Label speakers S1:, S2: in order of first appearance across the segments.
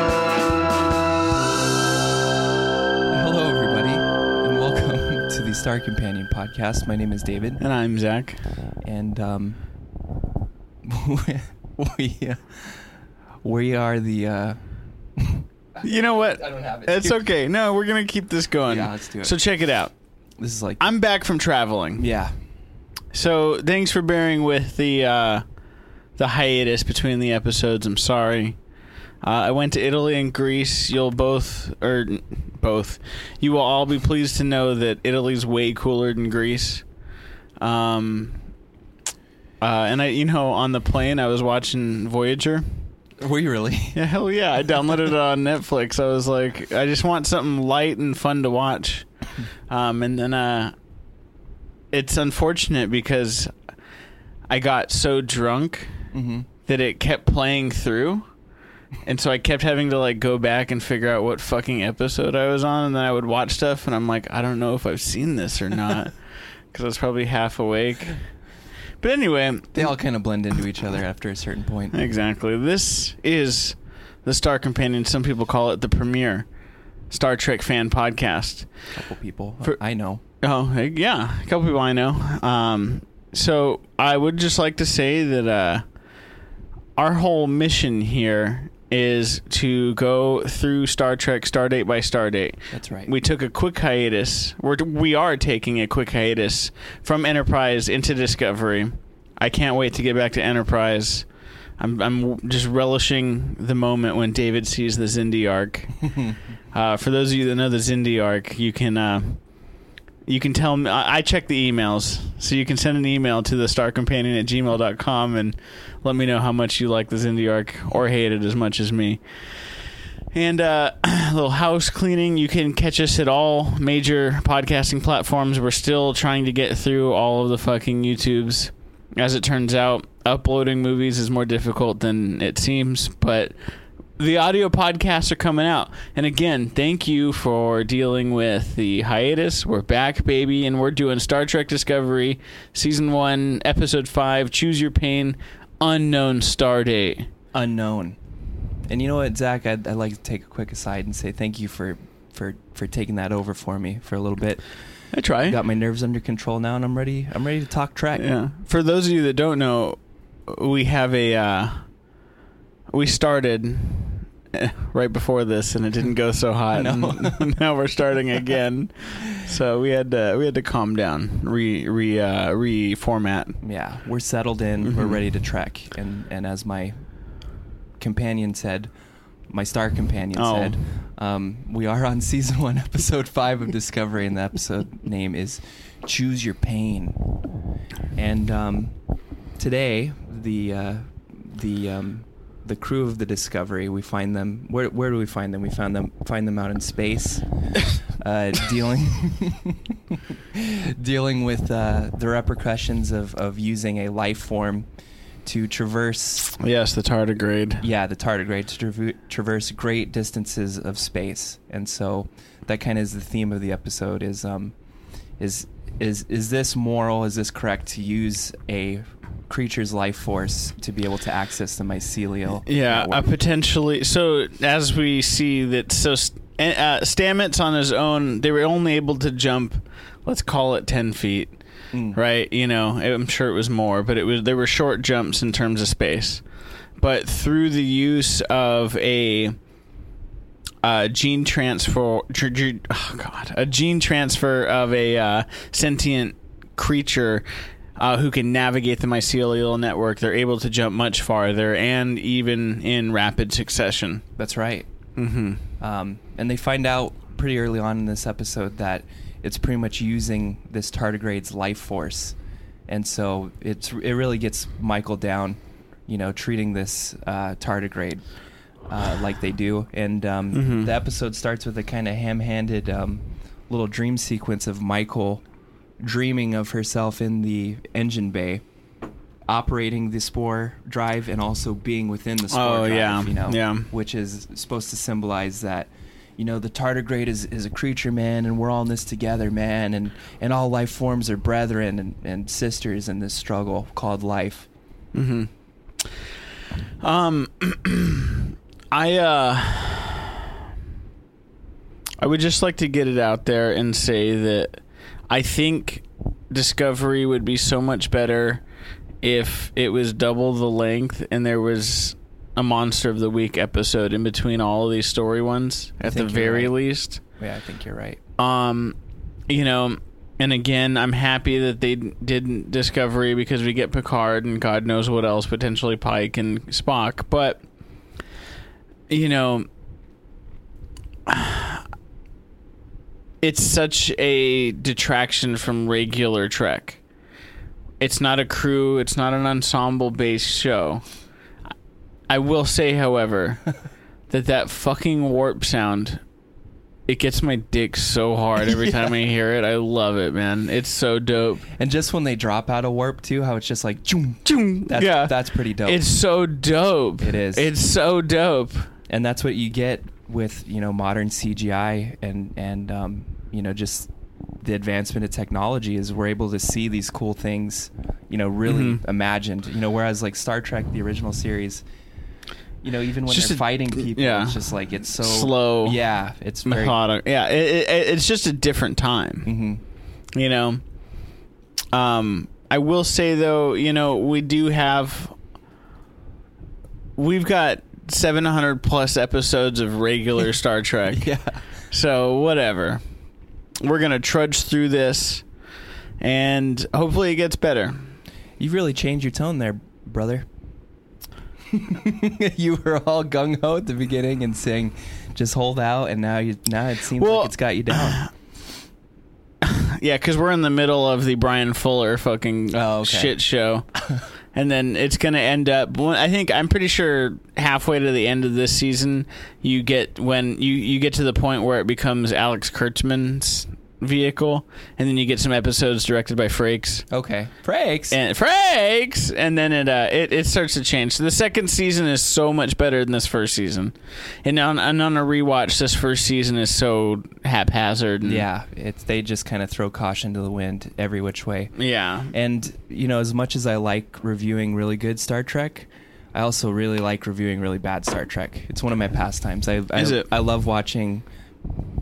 S1: Star Companion podcast. My name is David,
S2: And I'm Zach.
S1: and um, we uh, we are the. Uh,
S2: You know what?
S1: I don't have it.
S2: It's okay. No, we're gonna keep this going.
S1: Yeah, let's do it.
S2: So check it out.
S1: This is like
S2: I'm back from traveling.
S1: yeah,
S2: So thanks for bearing with the uh, the hiatus between the episodes. I'm sorry. Uh, I went to Italy and Greece. You'll both or n- both. You will all be pleased to know that Italy's way cooler than Greece. Um, uh, and I, you know, on the plane I was watching Voyager.
S1: were you really?
S2: Yeah, hell yeah. I downloaded it on Netflix. I was like, I just want something light and fun to watch. Um, and then uh, it's unfortunate because I got so drunk
S1: Mm-hmm.
S2: that it kept playing through. And so I kept having to like go back and figure out what fucking episode I was on. And then I would watch stuff and I'm like, I don't know if I've seen this or not because I was probably half awake. But anyway,
S1: They all kind of blend into each other after a certain point.
S2: Exactly. This is the Star Companion. Some people call it the premier Star Trek fan podcast.
S1: A couple people
S2: For-
S1: I know.
S2: Oh, hey, yeah. A couple people I know. Um, so I would just like to say that uh, our whole mission here is to go through Star Trek stardate by stardate.
S1: That's right.
S2: We took a quick hiatus. We're, we are taking a quick hiatus from Enterprise into Discovery. I can't wait to get back to Enterprise. I'm, I'm just relishing the moment when David sees the Zindi arc. uh, for those of you that know the Zindi arc, you can uh, you can tell me. I, I check the emails, so you can send an email to the Star Companion at gmail.com and let me know how much you like the Zindi arc or hate it as much as me. And uh, a little house cleaning. You can catch us at all major podcasting platforms. We're still trying to get through all of the fucking YouTubes. As it turns out, uploading movies is more difficult than it seems, but the audio podcasts are coming out. And again, thank you for dealing with the hiatus. We're back, baby, and we're doing Star Trek Discovery, Season 1, Episode 5, Choose Your Pain, Unknown Star Date.
S1: unknown. And you know what, Zach? I'd, I'd like to take a quick aside and say thank you for for for taking that over for me for a little bit.
S2: I try.
S1: Got my nerves under control now, and I'm ready. I'm ready to talk track.
S2: Yeah. For those of you that don't know, we have a uh, we started eh, right before this and it didn't go so hot.
S1: No.
S2: and now we're starting again. so we had to we had to calm down, re re uh, reformat.
S1: Yeah, we're settled in. We're
S2: Mhm.
S1: ready to trek. And and as my companion said, my star companion
S2: Oh.
S1: said, um, we are on season one, episode five of Discovery, and the episode name is "Choose Your Pain." And um, today, the uh, the um, the crew of the Discovery, we find them. Where where do we find them? We found them find them out in space uh, dealing dealing with uh, the repercussions of, of using a life form to traverse
S2: Yes, the tardigrade.
S1: yeah the tardigrade to traver- traverse great distances of space and so that kind of is the theme of the episode is um is is is this moral is this correct to use a creature's life force to be able to access the mycelial
S2: Yeah,
S1: network?
S2: a potentially. So as we see that, so st- uh, Stamets on his own, they were only able to jump. Let's call it ten feet,
S1: Mm.
S2: right? You know, I'm sure it was more, but it was they were short jumps in terms of space. But through the use of a uh, gene transfer, tr- tr- oh god, a gene transfer of a uh, sentient creature uh, who can navigate the mycelial network. They're able to jump much farther and even in rapid succession.
S1: that's right
S2: Mm-hmm.
S1: Um, and they find out pretty early on in this episode that it's pretty much using this tardigrade's life force, and so it's it really gets Michael down, you know, treating this uh, tardigrade uh, like they do. And um,
S2: Mhm.
S1: the episode starts with a kind of ham-handed um, little dream sequence of Michael dreaming of herself in the engine bay. Operating the spore drive and also being within the spore
S2: Oh,
S1: drive,
S2: yeah,
S1: you know,
S2: yeah.
S1: which is supposed to symbolize that you know the tardigrade is, is a creature man and we're all in this together man and, and all life forms are brethren and, and sisters in this struggle called life
S2: Mm-hmm. Um, I uh, I would just like to get it out there and say that I think Discovery would be so much better if it was double the length and there was a Monster of the Week episode in between all of these story ones at the
S1: think you're
S2: very
S1: right.
S2: least.
S1: Yeah, I think you're right.
S2: Um, you know, and again, I'm happy that they did Discovery because we get Picard and God knows what else, potentially Pike and Spock. But you know, it's such a detraction from regular Trek. It's not a crew. It's not an ensemble-based show. I will say, however, that that fucking warp sound it gets my dick so hard every time I hear it. I love it, man. It's so dope.
S1: And just when they drop out of warp too, how it's just like, "Choom." that's,
S2: yeah.
S1: that's pretty dope.
S2: It's so dope.
S1: It is.
S2: It's so dope.
S1: and that's what you get with you know modern CGI and and um, you know just the advancement of technology is we're able to see these cool things you know really
S2: Mhm.
S1: imagined you know whereas like Star Trek the original series you know even when
S2: It's just
S1: they're
S2: a-
S1: fighting people
S2: yeah.
S1: it's just like it's so
S2: Slow.
S1: yeah it's very
S2: Methodic. Yeah, it, it, it's just a different time.
S1: hmm
S2: you know um i will say though you know we do have we've got 700 plus episodes of regular star trek
S1: yeah
S2: so whatever we're gonna trudge through this and hopefully it gets better
S1: you really changed your tone there brother you were all gung ho at the beginning and saying just hold out and now you now it seems
S2: Well,
S1: like it's got you down
S2: yeah because we're in the middle of the brian fuller fucking
S1: Oh, okay.
S2: shit show and then it's going to end up well, i think i'm pretty sure halfway to the end of this season you get when you you get to the point where it becomes alex kurtzman's vehicle and then you get some episodes directed by frakes
S1: okay breaks
S2: and frakes and then it, uh, it it starts to change so the second season is so much better than this first season and on, and on a rewatch this first season is so haphazard and,
S1: Yeah, it's they just kind of throw caution to the wind every which way.
S2: yeah
S1: And you know, as much as I like reviewing really good Star Trek, I also really like reviewing really bad Star Trek. It's one of my pastimes. I I,
S2: Is it?
S1: I love watching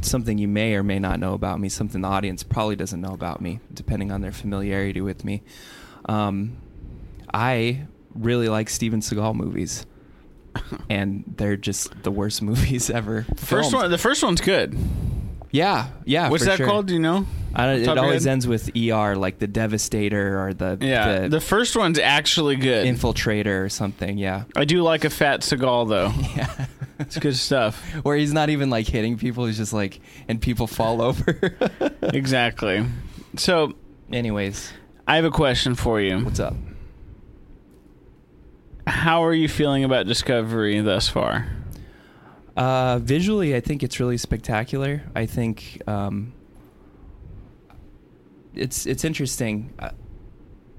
S1: something you may or may not know about me, something the audience probably doesn't know about me, depending on their familiarity with me. Um, I really like Steven Seagal movies. And they're just the worst movies ever.
S2: first
S1: filmed.
S2: one the first one's good
S1: yeah, yeah.
S2: What's
S1: for
S2: that
S1: sure.
S2: called? Do you know?
S1: I don't,
S2: Top of
S1: it
S2: your
S1: always
S2: head?
S1: ends with ER, like the Devastator or the,
S2: Yeah, the,
S1: the
S2: first one's actually good.
S1: Infiltrator or something. Yeah.
S2: I do like a fat Seagal though.
S1: Yeah.
S2: Oh. It's good stuff.
S1: Where he's not even like hitting people, he's just like, and people fall over.
S2: exactly. So
S1: Anyways,
S2: I have a question for you.
S1: what's up?
S2: How are you feeling about Discovery thus far?
S1: Uh, visually, I think it's really spectacular. I think um, it's it's interesting. I-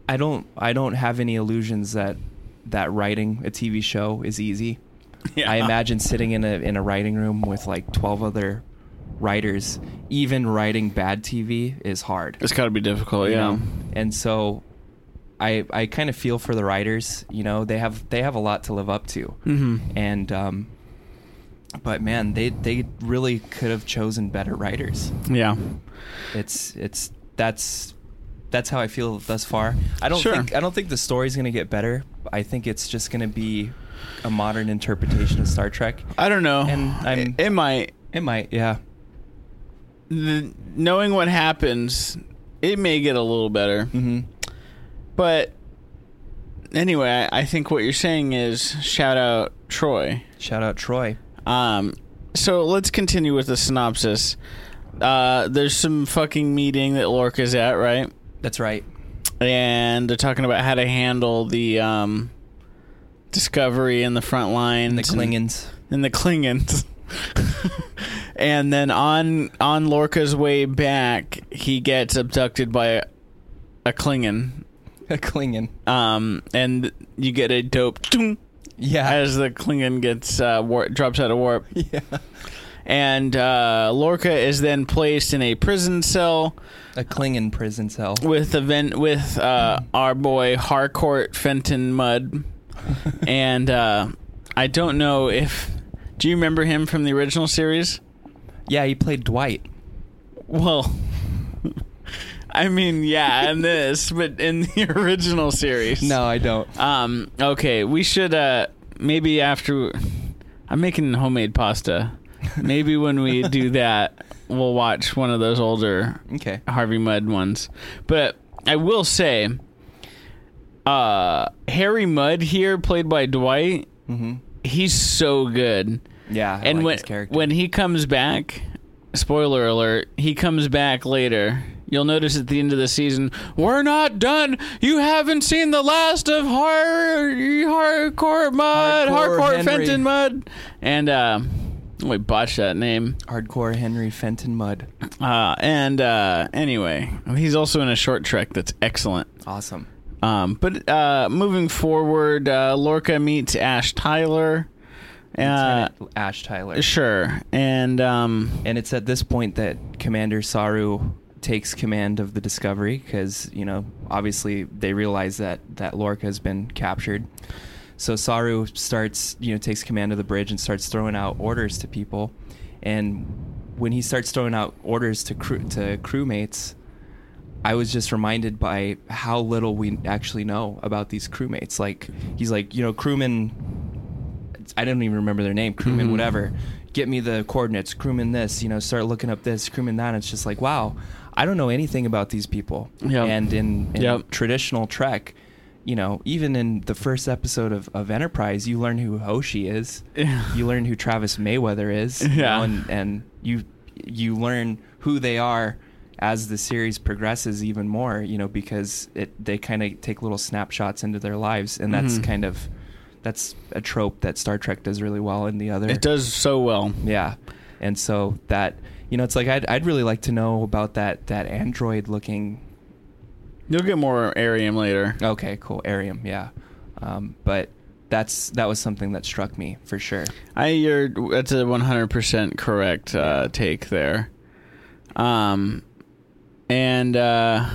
S1: I don't I don't have any illusions that that writing a TV show is easy. I imagine sitting in a in a writing room with like twelve other writers, even writing bad TV is hard.
S2: it's got to be difficult.
S1: you
S2: Yeah.
S1: know? And so I I kind of feel for the writers, you know, they have they have a lot to live up to.
S2: hmm
S1: And um but man, they they really could have chosen better writers.
S2: yeah.
S1: It's it's that's that's how I feel thus far. I don't
S2: Sure.
S1: think I don't think the story's going to get better. I think it's just going to be a modern interpretation of Star Trek.
S2: I don't know.
S1: And I'm-
S2: it, it might
S1: It might, yeah.
S2: the, knowing what happens, it may get a little better.
S1: Mm-hmm.
S2: But anyway, I, I think what you're saying is shout out Troy.
S1: Shout out Troy.
S2: Um, so let's continue with the synopsis. Uh, there's some fucking meeting that Lorca's at, right?
S1: That's right.
S2: And they're talking about how to handle the um, discovery in the front line,
S1: And the Klingons.
S2: and the Klingons. and then on on Lorca's way back, he gets abducted by a, a Klingon.
S1: A Klingon.
S2: Um, and you get a dope "Toon"
S1: Yeah.
S2: as the Klingon gets uh, war- drops out of warp.
S1: yeah.
S2: and uh, Lorca is then placed in a prison cell
S1: A Klingon prison cell.
S2: with event with uh, our boy Harcourt Fenton Mudd, and uh, I don't know if do you remember him from the original series?
S1: Yeah, he played Dwight.
S2: Well, I mean, yeah, in this, but in the original series.
S1: No, I don't.
S2: Um. Okay, we should uh maybe after I'm making homemade pasta. Maybe when we do that, we'll watch one of those older
S1: Okay.
S2: Harvey Mudd ones. But I will say, uh, Harry Mudd here, played by Dwight,
S1: hmm
S2: he's so good.
S1: Yeah. I
S2: and
S1: like
S2: when
S1: his character.
S2: when he comes back, spoiler alert, he comes back later. You'll notice at the end of the season, we're not done. You haven't seen the last of Har- hardcore mud,
S1: Hardcore
S2: hardcore
S1: Henry.
S2: Fenton mud, and uh, we botched that name.
S1: hardcore Henry Fenton Mudd,
S2: Uh, and uh, anyway, he's also in a short trek that's excellent.
S1: awesome.
S2: Um, but uh, moving forward, uh, Lorca meets Ash Tyler. Uh,
S1: Lieutenant Ash Tyler.
S2: sure, and um,
S1: And it's at this point that Commander Saru takes command of the Discovery because, you know, obviously they realize that, that Lorca has been captured. So Saru starts, you know, takes command of the bridge and starts throwing out orders to people. And when he starts throwing out orders to crew, to crewmates, I was just reminded by how little we actually know about these crewmates. Like he's like, you know, crewman I don't even remember their name, crewman,
S2: Mhm.
S1: whatever. Get me the coordinates, crewman this, you know, start looking up this, crewman that. It's just like, wow, I don't know anything about these people.
S2: Yep.
S1: And in, in
S2: Yep.
S1: traditional Trek, you know, even in the first episode of, of Enterprise, you learn who Hoshi is. you learn who Travis Mayweather is. you
S2: Yeah.
S1: know, and, and you you learn who they are as the series progresses even more, you know, because it they kind of take little snapshots into their lives and that's
S2: Mhm.
S1: kind of that's a trope that Star Trek does really well in the other.
S2: it does so well.
S1: Yeah. And so that you know, it's like I'd I'd really like to know about that that android looking
S2: You'll get more Arium later.
S1: Okay, cool. Arium, yeah. Um, but that's that was something that struck me for sure.
S2: I you're that's a one hundred percent correct uh,
S1: Yeah.
S2: take there. Um, and uh,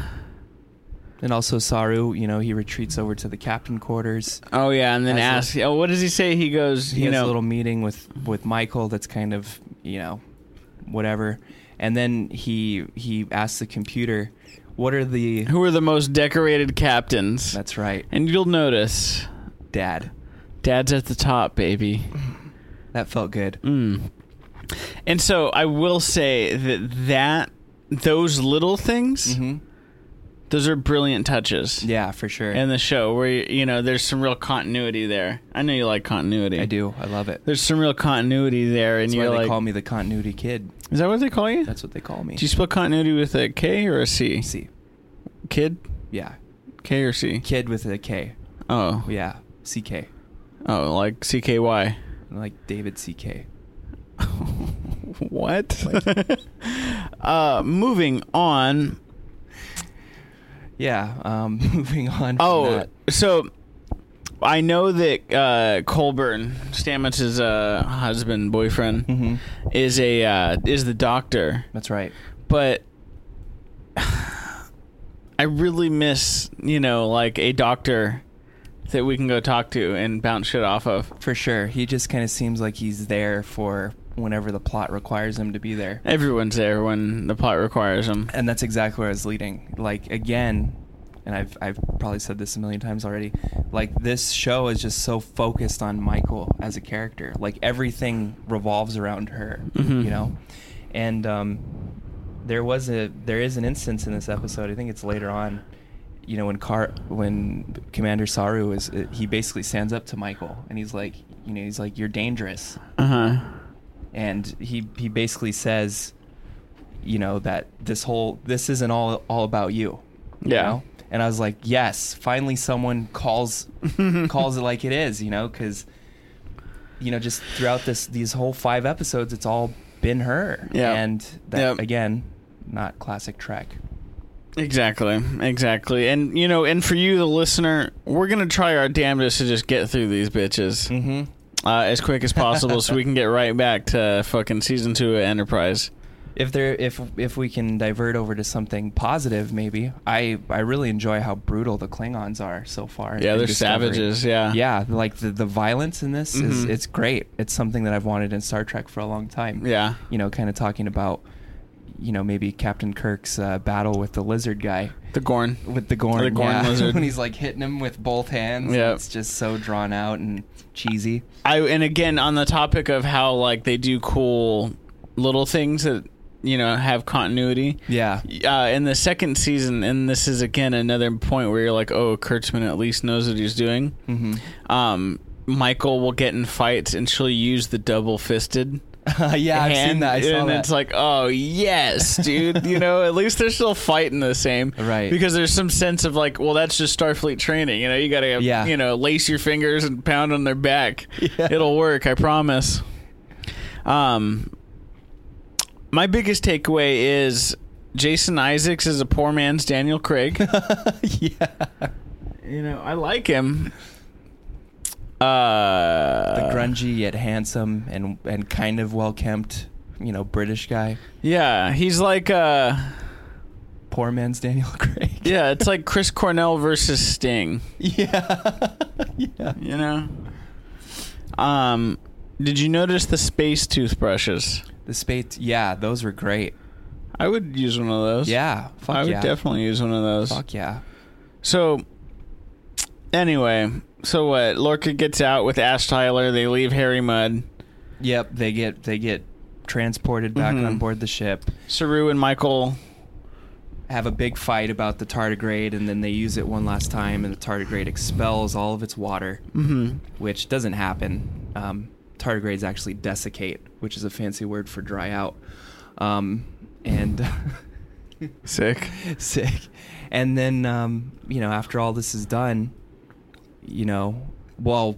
S1: And also Saru, you know, he retreats over to the captain quarters.
S2: oh yeah, and then
S1: As
S2: ask.
S1: a-
S2: oh, what does he say? He goes.
S1: He
S2: you
S1: has
S2: know,
S1: a little meeting with with Michael that's kind of, you know, whatever. And then he he asks the computer, "What are the
S2: Who are the most decorated captains?
S1: That's right.
S2: And you'll notice,
S1: Dad.
S2: Dad's at the top, baby.
S1: That felt good.
S2: Mm. And so I will say that that those little things,
S1: Mhm.
S2: those are brilliant touches.
S1: Yeah, for sure.
S2: in the show where you know there's some real continuity there. I know you like continuity.
S1: I do. I love it.
S2: There's some real continuity there, and
S1: That's why
S2: you're
S1: they
S2: like,
S1: call me the continuity kid.
S2: is that what they call you?
S1: That's what they call me.
S2: do you spell continuity with a K or a C?
S1: See.
S2: Kid,
S1: Yeah.
S2: K or C?
S1: Kid with a K.
S2: Oh,
S1: Yeah. CK.
S2: oh, like C K Y.
S1: Like David CK.
S2: what? uh, moving on.
S1: Yeah, um moving on. from
S2: Oh,
S1: that.
S2: so I know that uh, Colburn Stamets' uh, husband, boyfriend,
S1: Mhm.
S2: is a uh, is the doctor.
S1: That's right.
S2: but I really miss, you know, like a doctor that we can go talk to and bounce shit off of.
S1: For sure. He just kind of seems like he's there for whenever the plot requires him to be there.
S2: Everyone's there when the plot requires them.
S1: And that's exactly where I was leading. Like again, and I've I've probably said this a million times already. Like this show is just so focused on Michael as a character. Like everything revolves around her,
S2: Mhm.
S1: you know. And um, there was a there is an instance in this episode. I think it's later on. You know when Car when Commander Saru is he basically stands up to Michael and he's like you know he's like you're dangerous
S2: Uh huh.
S1: and he he basically says you know that this whole this isn't all all about you you
S2: Yeah.
S1: know? and i was like yes finally someone calls
S2: Uh-huh.
S1: calls it like it is you know because you know just throughout this these whole five episodes it's all been her
S2: Yeah.
S1: and that
S2: Yep.
S1: again not classic trek
S2: Exactly. Exactly. And, you know, and for you, the listener, we're going to try our damnedest to just get through these bitches
S1: mm-hmm
S2: uh, as quick as possible so we can get right back to fucking season two of Enterprise.
S1: if there if if we can divert over to something positive maybe i i really enjoy how brutal the klingons are so far
S2: Yeah,
S1: in
S2: they're
S1: Discovery.
S2: savages. Yeah.
S1: yeah like the, the violence in this is
S2: Mhm.
S1: it's great it's something that i've wanted in star trek for a long time
S2: Yeah.
S1: you know kind of talking about you know, maybe Captain Kirk's uh, battle with the lizard guy
S2: The Gorn.
S1: with the Gorn,
S2: The Gorn
S1: yeah.
S2: lizard.
S1: when he's like hitting him with both hands.
S2: Yeah.
S1: it's just so drawn out and cheesy.
S2: I and again on the topic of how like they do cool little things that you know have continuity.
S1: Yeah,
S2: Uh, in the second season, and this is again another point where you're like, oh, Kurtzman at least knows what he's doing.
S1: hmm
S2: Um, Michael will get in fights, and she'll use the double fisted.
S1: yeah, I've seen
S2: hand,
S1: that. I saw
S2: and
S1: that.
S2: it's like, oh yes, dude. you know, at least they're still fighting the same,
S1: Right.
S2: Because there's some sense of like, well, that's just Starfleet training. You know, you gotta,
S1: Yeah.
S2: you know, lace your fingers and pound on their back.
S1: Yeah.
S2: It'll work, I promise. Um, my biggest takeaway is Jason Isaacs is a poor man's Daniel Craig.
S1: yeah,
S2: you know, I like him. Uh,
S1: the grungy yet handsome and and kind of well kempt, you know, British guy.
S2: Yeah, he's like uh
S1: Poor man's Daniel Craig.
S2: Yeah, it's like Chris Cornell versus Sting.
S1: yeah, yeah.
S2: You know. Um, did you notice the space toothbrushes?
S1: The spades. Yeah, those were great.
S2: I would use one of those.
S1: Yeah, fuck
S2: I would
S1: yeah.
S2: definitely use one of those.
S1: Fuck yeah.
S2: So, anyway, so what? Lorca gets out with Ash Tyler. They leave Harry Mudd.
S1: Yep, they get they get transported back
S2: Mhm.
S1: on board the ship.
S2: Saru and Michael.
S1: Have a big fight about the tardigrade, and then they use it one last time, and the tardigrade expels all of its water,
S2: Mm-hmm.
S1: which doesn't happen. Um, tardigrades actually desiccate, which is a fancy word for dry out. Um, and
S2: Sick.
S1: sick. And then, um, you know, after all this is done, you know, well,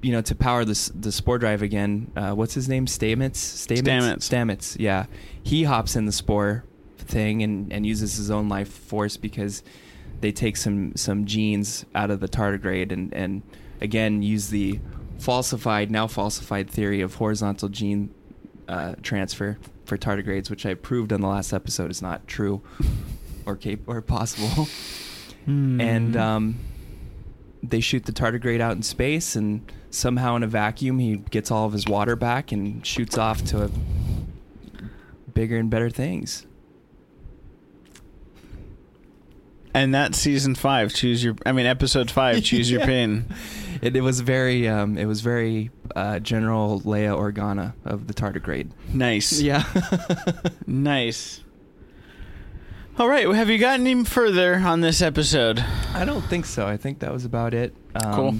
S1: you know, to power this the spore drive again, uh, what's his name? Stamets? Stamets.
S2: Stamets.
S1: Stamets. Yeah, he hops in the spore thing and and uses his own life force because they take some some genes out of the tardigrade and and again use the falsified now falsified theory of horizontal gene uh, transfer for tardigrades, which I proved on the last episode is not true or cap- or possible. And um, they shoot the tardigrade out in space, and somehow in a vacuum, he gets all of his water back and shoots off to a bigger and better things.
S2: and that's season five. Choose your. I mean, episode five. Choose your
S1: Yeah.
S2: pain.
S1: It, it was very um, it was very uh, General Leia Organa of the tardigrade.
S2: Nice.
S1: Yeah.
S2: Nice. All right. Well, have you gotten any further on this episode?
S1: I don't think so. I think that was about it. Um,
S2: Cool.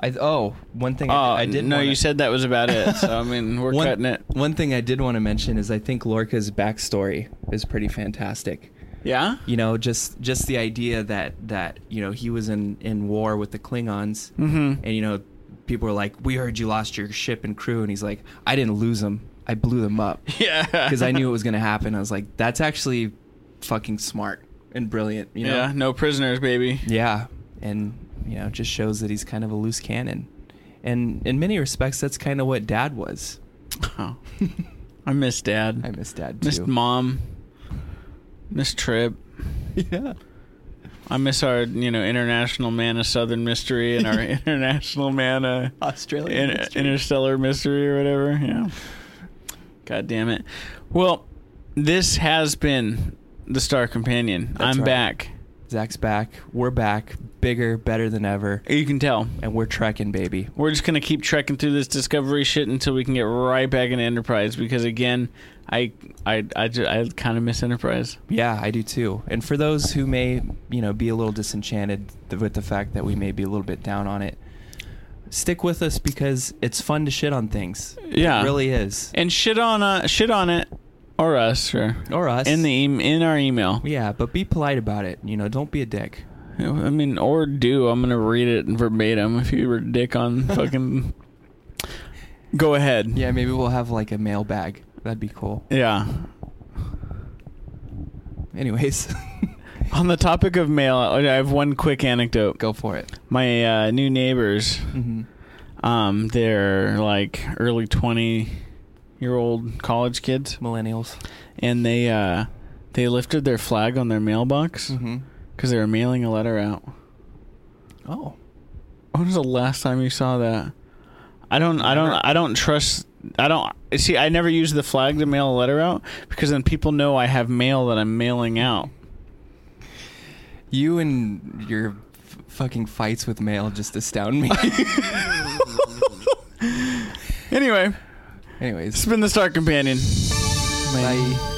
S1: I oh one thing
S2: Oh,
S1: I, I didn't.
S2: No,
S1: wanna-
S2: you said that was about it. So I mean, we're
S1: one,
S2: cutting it.
S1: One thing I did want to mention is I think Lorca's backstory is pretty fantastic.
S2: Yeah.
S1: You know, just just the idea that that you know he was in in war with the Klingons,
S2: Mhm.
S1: and you know people were like, "We heard you lost your ship and crew," and he's like, "I didn't lose them. I blew them up
S2: Yeah.
S1: because I knew it was going to happen." I was like, "That's actually fucking smart and brilliant." You know?
S2: Yeah. No prisoners, baby.
S1: Yeah, and you know, just shows that he's kind of a loose cannon, and in many respects, that's kind of what Dad was.
S2: Oh, I miss Dad.
S1: I miss Dad
S2: missed
S1: too.
S2: Mom. Miss Trip.
S1: yeah,
S2: I miss our, you know, international man of Southern Mystery and our international man of
S1: Australian
S2: in-
S1: mystery.
S2: interstellar mystery or whatever. Yeah. God damn it. Well, this has been the Star Companion.
S1: That's
S2: I'm
S1: right.
S2: back.
S1: Zach's back. We're back, bigger, better than ever,
S2: You can tell.
S1: and we're trekking, baby.
S2: We're just gonna keep trekking through this discovery shit until we can get right back into Enterprise because again, I I I, ju- I kind of miss Enterprise.
S1: Yeah, I do too. And for those who may, you know, be a little disenchanted th- with the fact that we may be a little bit down on it, stick with us because it's fun to shit on things.
S2: Yeah.
S1: it really is.
S2: And shit on uh shit on it or us or
S1: Or us.
S2: in the em in our email.
S1: yeah, but be polite about it. You know, don't be a dick.
S2: I mean, or do I'm gonna read it verbatim if you were a dick on fucking. Go ahead.
S1: Yeah, maybe we'll have like a mailbag. That'd be cool.
S2: Yeah.
S1: Anyways,
S2: On the topic of mail, I have one quick anecdote.
S1: go for it.
S2: My uh, new neighbors,
S1: hmm
S2: um, they're like early twenty year old college kids,
S1: Millennials.
S2: and they uh, they lifted their flag on their mailbox because
S1: hmm
S2: they were mailing a letter out.
S1: Oh,
S2: When was the last time you saw that? I don't. I don't. I don't trust I don't see. I never use the flag to mail a letter out because then people know I have mail that I'm mailing out.
S1: You and your f- fucking fights with mail just astound me.
S2: Anyway,
S1: Anyways,
S2: it's been the Star Companion.
S1: bye.